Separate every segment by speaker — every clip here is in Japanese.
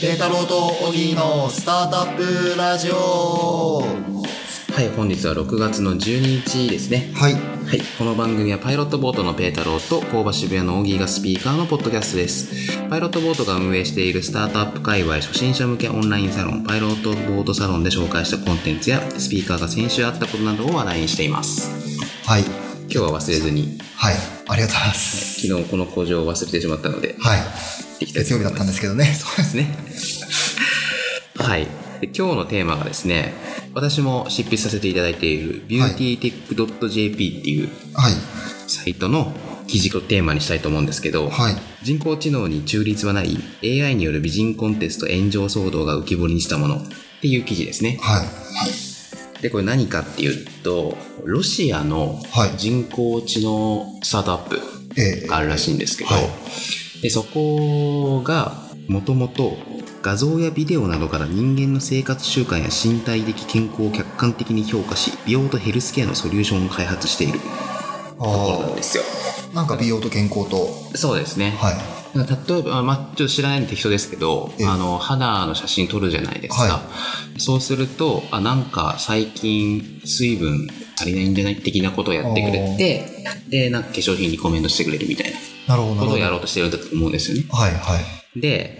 Speaker 1: ペタローとオギーのスタートアップラジオ
Speaker 2: はい、本日は6月の12日ですね。
Speaker 1: はい
Speaker 2: はい、この番組はパイロットボートのペータローと工場渋谷のオギーがスピーカーのポッドキャストです。パイロットボートが運営しているスタートアップ界隈初心者向けオンラインサロンパイロットボートサロンで紹介したコンテンツやスピーカーが先週あったことなどを話題にしています。
Speaker 1: はい
Speaker 2: 今日は忘れずに、
Speaker 1: はいありがとうございます
Speaker 2: 昨日この工場を忘れてしまったので、
Speaker 1: はい
Speaker 2: できた
Speaker 1: 月曜日だったんですけどね
Speaker 2: そうですね。はい。で今日のテーマがですね、私も執筆させていただいている beautytech.jp っていう
Speaker 1: はい
Speaker 2: サイトの記事をテーマにしたいと思うんですけど、
Speaker 1: はい
Speaker 2: 人工知能に中立はない AI による美人コンテスト炎上騒動が浮き彫りにしたものっていう記事ですね。
Speaker 1: はい
Speaker 2: で、これ何かっていうと、ロシアの
Speaker 1: はい
Speaker 2: 人工知能スタートアップ
Speaker 1: えー、
Speaker 2: があるらしいんですけど、
Speaker 1: はい
Speaker 2: でそこがもともと画像やビデオなどから人間の生活習慣や身体的健康を客観的に評価し美容とヘルスケアのソリューションを開発しているところな
Speaker 1: あ
Speaker 2: んですよ
Speaker 1: ーなんか美容と健康と
Speaker 2: そうですね、
Speaker 1: はい
Speaker 2: だから例えば、あまあ、ちょっと知らないんで適当ですけど、
Speaker 1: ええ
Speaker 2: あの肌の写真撮るじゃないですか、
Speaker 1: は
Speaker 2: そうするとあなんか最近水分足りないんじゃない的なことをやってくれてでなんか化粧品リコメンドしてくれるみたいな
Speaker 1: なるほどな
Speaker 2: こ
Speaker 1: る
Speaker 2: と
Speaker 1: ほ
Speaker 2: を
Speaker 1: ど
Speaker 2: やろうとしてるんだと思うんですよね
Speaker 1: はいはい
Speaker 2: で、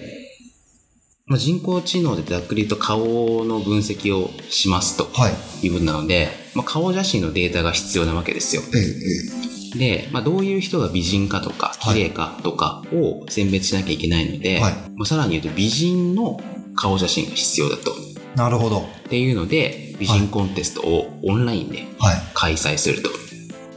Speaker 2: まあ、人工知能でざっくりと顔の分析をしますと
Speaker 1: はい
Speaker 2: いうことなので、まあ、顔写真のデータが必要なわけですよ
Speaker 1: えー、え
Speaker 2: で、まあ、どういう人が美人かとか
Speaker 1: はい
Speaker 2: 綺麗かとかを選別しなきゃいけないので、
Speaker 1: はい
Speaker 2: まあ、さらに言うと美人の顔写真が必要だと
Speaker 1: ー、なるほど
Speaker 2: っていうので美人コンテストをオンラインで
Speaker 1: はい
Speaker 2: 開催すると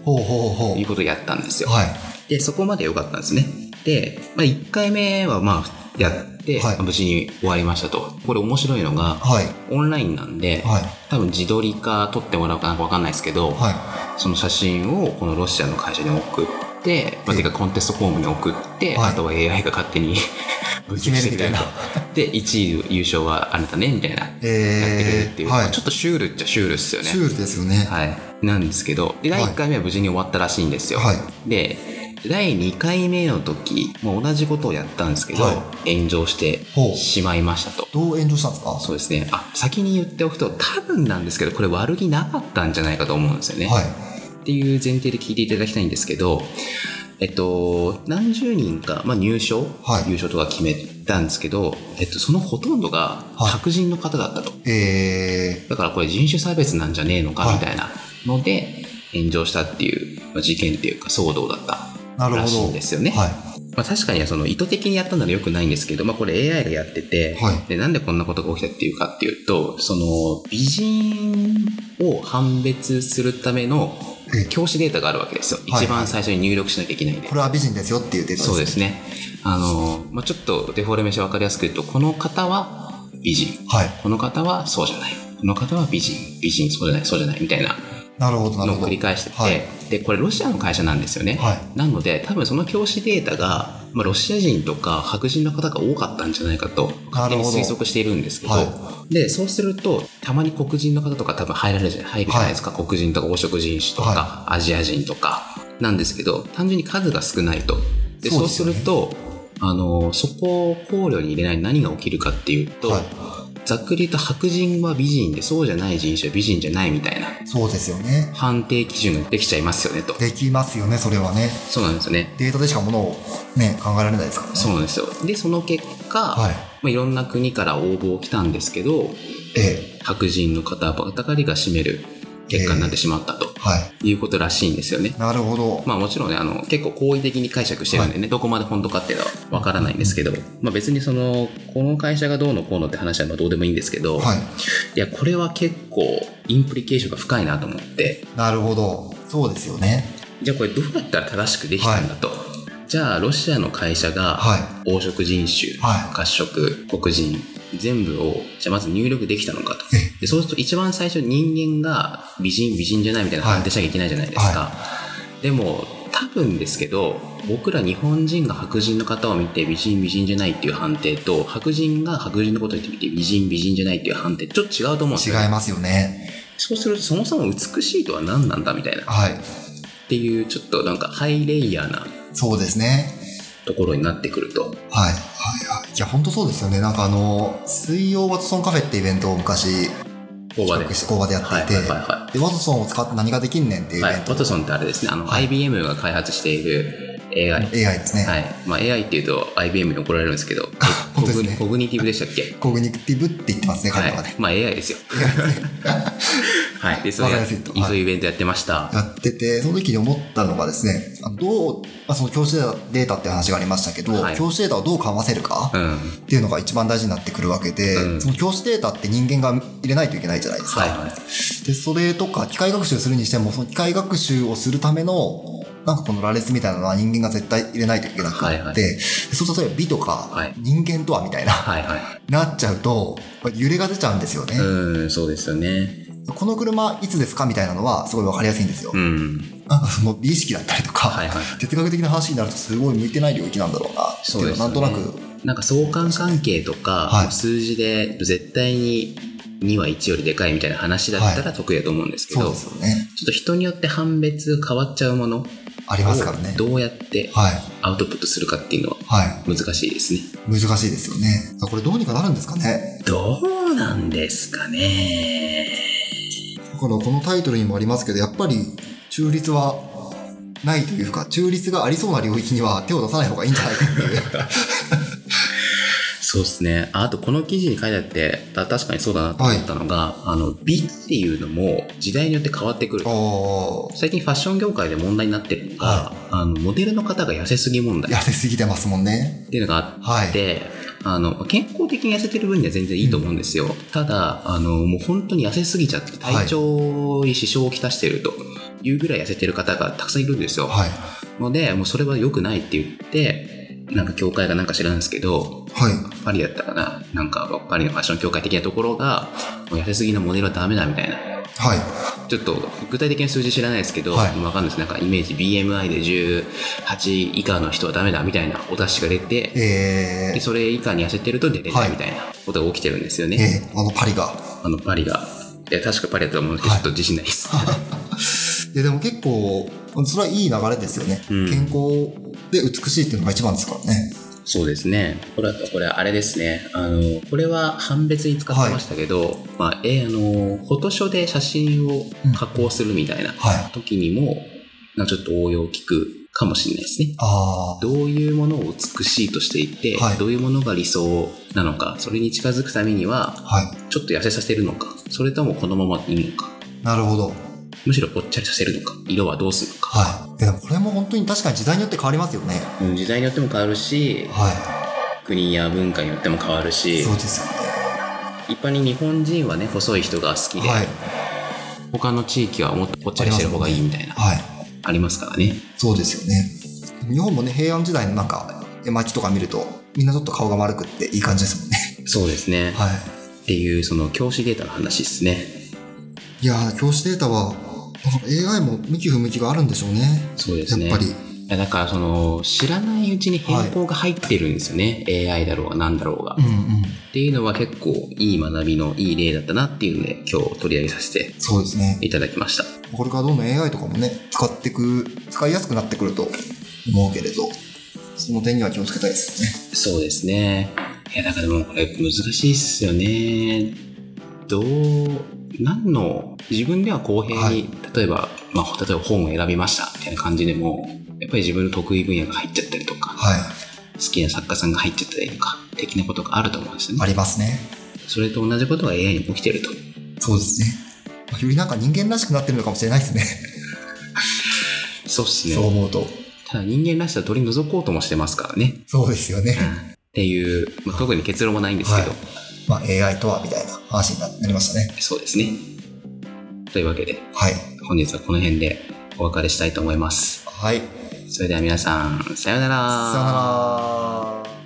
Speaker 1: ほうほうほう
Speaker 2: いうことをやったんですよ
Speaker 1: はい
Speaker 2: でそこまで良かったんですねで、まあ、1回目はまあやって、
Speaker 1: はい
Speaker 2: まあ無事に終わりましたとこれ面白いのが
Speaker 1: はい
Speaker 2: オンラインなんで、
Speaker 1: はい
Speaker 2: 多分自撮りか撮ってもらうかなんか分かんないですけど、
Speaker 1: は
Speaker 2: その写真をこのロシアの会社に送って、まあ、
Speaker 1: ええ
Speaker 2: てかコンテストフォームに送って、
Speaker 1: はい
Speaker 2: あとは AI が勝手に 分析してくれると
Speaker 1: 決
Speaker 2: で1位優勝はあなたねみたいな、
Speaker 1: い
Speaker 2: やってくれる
Speaker 1: え
Speaker 2: ってい
Speaker 1: ー、
Speaker 2: う、
Speaker 1: はい
Speaker 2: ちょっとシュールっちゃシュールっすよね
Speaker 1: シュールですよね
Speaker 2: はい、なんですけどで
Speaker 1: は
Speaker 2: 第
Speaker 1: い
Speaker 2: 1回目は無事に終わったらしいんですよ、
Speaker 1: はい
Speaker 2: で第2回目の時もう同じことをやったんですけど、
Speaker 1: は
Speaker 2: 炎上して
Speaker 1: ほう
Speaker 2: しまいましたと
Speaker 1: どう炎上したんですか
Speaker 2: そうですねあ先に言っておくと多分なんですけどこれ悪気なかったんじゃないかと思うんですよね、
Speaker 1: はい
Speaker 2: っていう前提で聞いていただきたいんですけどえっと何十人か、まあ、入賞、
Speaker 1: はい
Speaker 2: 優勝とか決めたんですけど、えっと、そのほとんどが
Speaker 1: はい
Speaker 2: 白人の方だったと、
Speaker 1: え
Speaker 2: だからこれ人種差別なんじゃねえの
Speaker 1: は
Speaker 2: か
Speaker 1: い
Speaker 2: みたいなので炎上したっていうまあ事件っていうか騒動だった
Speaker 1: ー、なるほど
Speaker 2: らしいんですよね。
Speaker 1: はい
Speaker 2: まあ、確かにその意図的にやったなら良くないんですけど、まあ、これ AI がやってて、
Speaker 1: はい
Speaker 2: でなんでこんなことが起きたっていうかっていうとその美人を判別するための
Speaker 1: ええ
Speaker 2: 教師データがあるわけですよ、
Speaker 1: はい
Speaker 2: 一番最初に入力しなきゃいけないんで
Speaker 1: こ。れは美人ですよっていうデータ
Speaker 2: そうですねあの、まあ、ちょっとデフォルメして分かりやすく言うとこの方は美人
Speaker 1: はい
Speaker 2: この方はそうじゃないこの方は美人美人そうじゃないそうじゃないみたいな
Speaker 1: なるほどなる
Speaker 2: の
Speaker 1: ほ
Speaker 2: を
Speaker 1: ど
Speaker 2: 繰り返してて、
Speaker 1: はい
Speaker 2: でこれロシアの会社なんですよね、
Speaker 1: は
Speaker 2: なので多分その教師データが、まあ、ロシア人とか白人の方が多かったんじゃないかと
Speaker 1: な
Speaker 2: 勝
Speaker 1: る
Speaker 2: 手
Speaker 1: ほ
Speaker 2: に
Speaker 1: ど
Speaker 2: 推測しているんですけど、
Speaker 1: は
Speaker 2: でそうするとたまに黒人の方とか多分入られるじゃ入るじゃないですか、黒人とか黄色人種とか、
Speaker 1: は
Speaker 2: アジア人とかなんですけど単純に数が少ないとで
Speaker 1: そ
Speaker 2: そうう
Speaker 1: です
Speaker 2: す
Speaker 1: よね
Speaker 2: るとあのそこを考慮に入れない何が起きるかっていうと、
Speaker 1: はい
Speaker 2: ざっくり言うと白人は美人でそうじゃない人種は美人じゃないみたいな
Speaker 1: そうですよね
Speaker 2: 判定基準ができちゃいますよねと
Speaker 1: できますよねそれはね
Speaker 2: そうなんですよね
Speaker 1: データでしかものをね考えられないですからね
Speaker 2: そうなんですよでその結果、
Speaker 1: はい
Speaker 2: いまあ、いろんな国から応募来たんですけど
Speaker 1: ええ
Speaker 2: 白人の方ばかりが占める結果になってしまったと
Speaker 1: は
Speaker 2: いうことらしいんですよね
Speaker 1: いなるほど
Speaker 2: まあもちろんねあの結構好意的に解釈してるんでね、どこまで本当かっていうのはわからないんですけど、まあ、別にそのこの会社がどうのこうのって話はまあどうでもいいんですけど、
Speaker 1: はい
Speaker 2: いやこれは結構インプリケーションが深いなと思って
Speaker 1: なるほどそうですよね
Speaker 2: じゃあこれどうやったら正しくできたんだと、じゃあロシアの会社が
Speaker 1: は
Speaker 2: 黄色人種、
Speaker 1: は
Speaker 2: 褐色黒人全部をじゃあまず入力できたのかと
Speaker 1: え
Speaker 2: でそうすると一番最初に人間が美人美人じゃないみたいな
Speaker 1: はい
Speaker 2: 判定しなきゃいけないじゃないですか、でも多分ですけど僕ら日本人が白人の方を見て美人美人じゃないっていう判定と白人が白人のことを見て美人美人じゃないっていう判定ちょっと違うと思うんです
Speaker 1: 違
Speaker 2: よね
Speaker 1: いますよね
Speaker 2: そうするとそもそも美しいとは何なんだみたいな
Speaker 1: はい
Speaker 2: っていうちょっとなんかハイレイヤーな
Speaker 1: そうですね
Speaker 2: ところになってくると
Speaker 1: はいはいはいいや、本当そうですよね。なんかあの、水曜ワトソンカフェってイベントを昔、
Speaker 2: 工場
Speaker 1: 企
Speaker 2: で。
Speaker 1: 画して工場でやって
Speaker 2: はい
Speaker 1: いて、
Speaker 2: はいはいは
Speaker 1: で、ワトソンを使って何ができんねんってい
Speaker 2: い。
Speaker 1: うイ
Speaker 2: はい
Speaker 1: ベン、ト、
Speaker 2: ワトソンってあれですね、あの、IBM が開発している AI。
Speaker 1: AI ですね。
Speaker 2: はい。まあ、AI っていうと IBM に怒られるんですけ ど、コ
Speaker 1: 本当
Speaker 2: グ
Speaker 1: です
Speaker 2: ニ
Speaker 1: ね
Speaker 2: コグニティブでしたっけ
Speaker 1: コグニティブって言ってますね、
Speaker 2: は
Speaker 1: 彼らはね
Speaker 2: い。。まあ、AI ですよ。はい。で、そ
Speaker 1: わ
Speaker 2: れ
Speaker 1: か
Speaker 2: や
Speaker 1: りや
Speaker 2: そ
Speaker 1: す
Speaker 2: う
Speaker 1: いとはい
Speaker 2: いうイベントやってました。
Speaker 1: やってて、その時に思ったのがですね、あのどう、まあ、その教師データって話がありましたけど、
Speaker 2: はい
Speaker 1: 教師データをどうかわせるか
Speaker 2: うん。はい
Speaker 1: っていうのが一番大事になってくるわけで、
Speaker 2: うん
Speaker 1: その教師データって人間が入れないといけないじゃないですか。
Speaker 2: はい。
Speaker 1: で、それとか機械学習するにしても、その機械学習をするための、なんかこの羅列みたいなのは人間が絶対入れないといけなくて、
Speaker 2: はいはい
Speaker 1: でそう例えば美とか、
Speaker 2: はい
Speaker 1: 人間とはみたいな、
Speaker 2: はいは
Speaker 1: なっちゃうと、揺れが出ちゃうんですよね
Speaker 2: い。。うん、そうですよね。
Speaker 1: この車いつですかみたいなのはすごいわかりやすいんですよ。
Speaker 2: うん。
Speaker 1: なん かその美意識だったりとか、
Speaker 2: はいはい
Speaker 1: 哲学的な話になるとすごい向いてない領域なんだろうなって
Speaker 2: そ
Speaker 1: いうう
Speaker 2: で
Speaker 1: の
Speaker 2: す
Speaker 1: はな
Speaker 2: よ
Speaker 1: ん
Speaker 2: ね
Speaker 1: となく、
Speaker 2: なんか相関関係とか、
Speaker 1: はい
Speaker 2: 数字で絶対に2は1よりでかいみたいな話だったら得意だと思うんですけど、
Speaker 1: そうですよね。
Speaker 2: ちょっと人によって判別変わっちゃうものを
Speaker 1: ありますからね。
Speaker 2: どうやって
Speaker 1: はい。
Speaker 2: アウトプットするかっていうのは
Speaker 1: はい。
Speaker 2: 難しいですね。
Speaker 1: 難しいですよね。これどうにかなるんですかね。
Speaker 2: どうなんですかね。
Speaker 1: だからこのタイトルにもありますけど、やっぱり中立はないというか、中立がありそうな領域には手を出さない方がいいんじゃないかっていう。
Speaker 2: そうですね。ああとこの記事に書いてあって、た確かにそうだなと思ったのが、あの、美っていうのも時代によって変わってくる。
Speaker 1: お
Speaker 2: 最近ファッション業界で問題になってるのが、
Speaker 1: は
Speaker 2: あの、モデルの方が痩せすぎ問題
Speaker 1: 痩
Speaker 2: っ
Speaker 1: せすぎてますもんね。
Speaker 2: ていうのがあ
Speaker 1: はい
Speaker 2: っ。て、あの、健康的に痩せてる分には全然いいと思うんですよ。ただ、あの、もう本当に痩せすぎちゃって、体調に支障をきたしてるというぐらい痩せてる方がたくさんいるんですよ。
Speaker 1: はい。
Speaker 2: ので、もうそれは良くないって言って、なんか業界がなんか知らんですけど、
Speaker 1: はい。
Speaker 2: パリだったかななんかパリのファッション協会的なところがもう痩せすぎのモデルはダメだみたいな
Speaker 1: はい。
Speaker 2: ちょっと具体的な数字知らないですけど、
Speaker 1: はい
Speaker 2: わかんないですなんかイメージ BMI で18以下の人はダメだみたいなお達しが出て
Speaker 1: え
Speaker 2: で
Speaker 1: ー、
Speaker 2: それ以下に痩せてると出れな
Speaker 1: はいい
Speaker 2: みたいなことが起きてるんですよね、
Speaker 1: えー、あのパリが。
Speaker 2: あのパリがいや確かパリだと思うんですけ
Speaker 1: はい
Speaker 2: どちょっと自信ないです、
Speaker 1: いやでも結構、それはいい流れですよね。
Speaker 2: うん
Speaker 1: 健康で美しいっていうのが一番ですからね。
Speaker 2: そうですねこれはこれはあれですねあのこれは判別に使ってましたけど、まあえーあのフォトショーで写真を加工するみたいな、
Speaker 1: はい。
Speaker 2: 時にも、なんかちょっと応用を聞くかもしれないですね。
Speaker 1: あ
Speaker 2: どういうものを美しいとしていて、
Speaker 1: はい
Speaker 2: どういうものが理想なのか、それに近づくために
Speaker 1: あ、
Speaker 2: は、
Speaker 1: は
Speaker 2: ちょっと痩せさせるのか、それともこのままでいいのか、
Speaker 1: い。なるほど。
Speaker 2: むしろぽっちゃりさせるのか、色はどうするのか。
Speaker 1: はい。いやでもこれも本当に確かに時代によって変わりますよね。
Speaker 2: うん時代によっても変わるし、
Speaker 1: は
Speaker 2: 国や文化によっても変わる
Speaker 1: い。
Speaker 2: し
Speaker 1: そう、ですよね。
Speaker 2: 一般に日本人はね、細い人が好きで、
Speaker 1: はい。
Speaker 2: 他の地域はもっとぽっちゃりしてる方がいいみたいな、
Speaker 1: はい。
Speaker 2: ありますからね。
Speaker 1: そうですよね。日本もね、平安時代のなんか、絵巻とか見ると、みんなちょっと顔が丸くっていい感じですもんね。
Speaker 2: そうですね。
Speaker 1: は
Speaker 2: っていう、その教師データの話ですね。
Speaker 1: い。いやー、教師データは、なんか AI も向き不向きがあるんでしょうね。
Speaker 2: そうですね。
Speaker 1: やっぱり
Speaker 2: いやだからその知らないうちに変更が入ってるんですよね、AI だろうが何だろうが、
Speaker 1: うん
Speaker 2: っ
Speaker 1: うん。
Speaker 2: ていうのは結構いい学びのいい例だったなっていうので今日取り上げさせて
Speaker 1: そうですね。
Speaker 2: いただきました
Speaker 1: これからどんどん AI とかもね使ってく使いやすくなってくると思うけれどその点には気をつけたいですよね
Speaker 2: そうですねいやだからもうこれ難しいっすよねどう何の自分では公平に、
Speaker 1: はい
Speaker 2: 例えば、まあ、例えば本を選びましたみたいな感じでもやっぱり自分の得意分野が入っちゃったりとか
Speaker 1: はい
Speaker 2: 好きな作家さんが入っちゃったりとか的なことがあると思うんですよね
Speaker 1: ありますね
Speaker 2: それと同じことが AI に起きてると。
Speaker 1: そうですねまあよりなんか人間らしくなってるのかもしれないですね
Speaker 2: そうっす
Speaker 1: そう
Speaker 2: ね。
Speaker 1: 思うと
Speaker 2: ただ人間らしさを取り除こうともしてますからね。
Speaker 1: そうですよね、
Speaker 2: っていう、まあ、特に結論はないんですけど、
Speaker 1: はまあ、AI とはみたいな話にななりましたね
Speaker 2: そうですね。というわけで、
Speaker 1: はい
Speaker 2: 本日はこの辺でお別れしたいと思います。
Speaker 1: はい
Speaker 2: それでは皆さん、さようなら。
Speaker 1: さよなら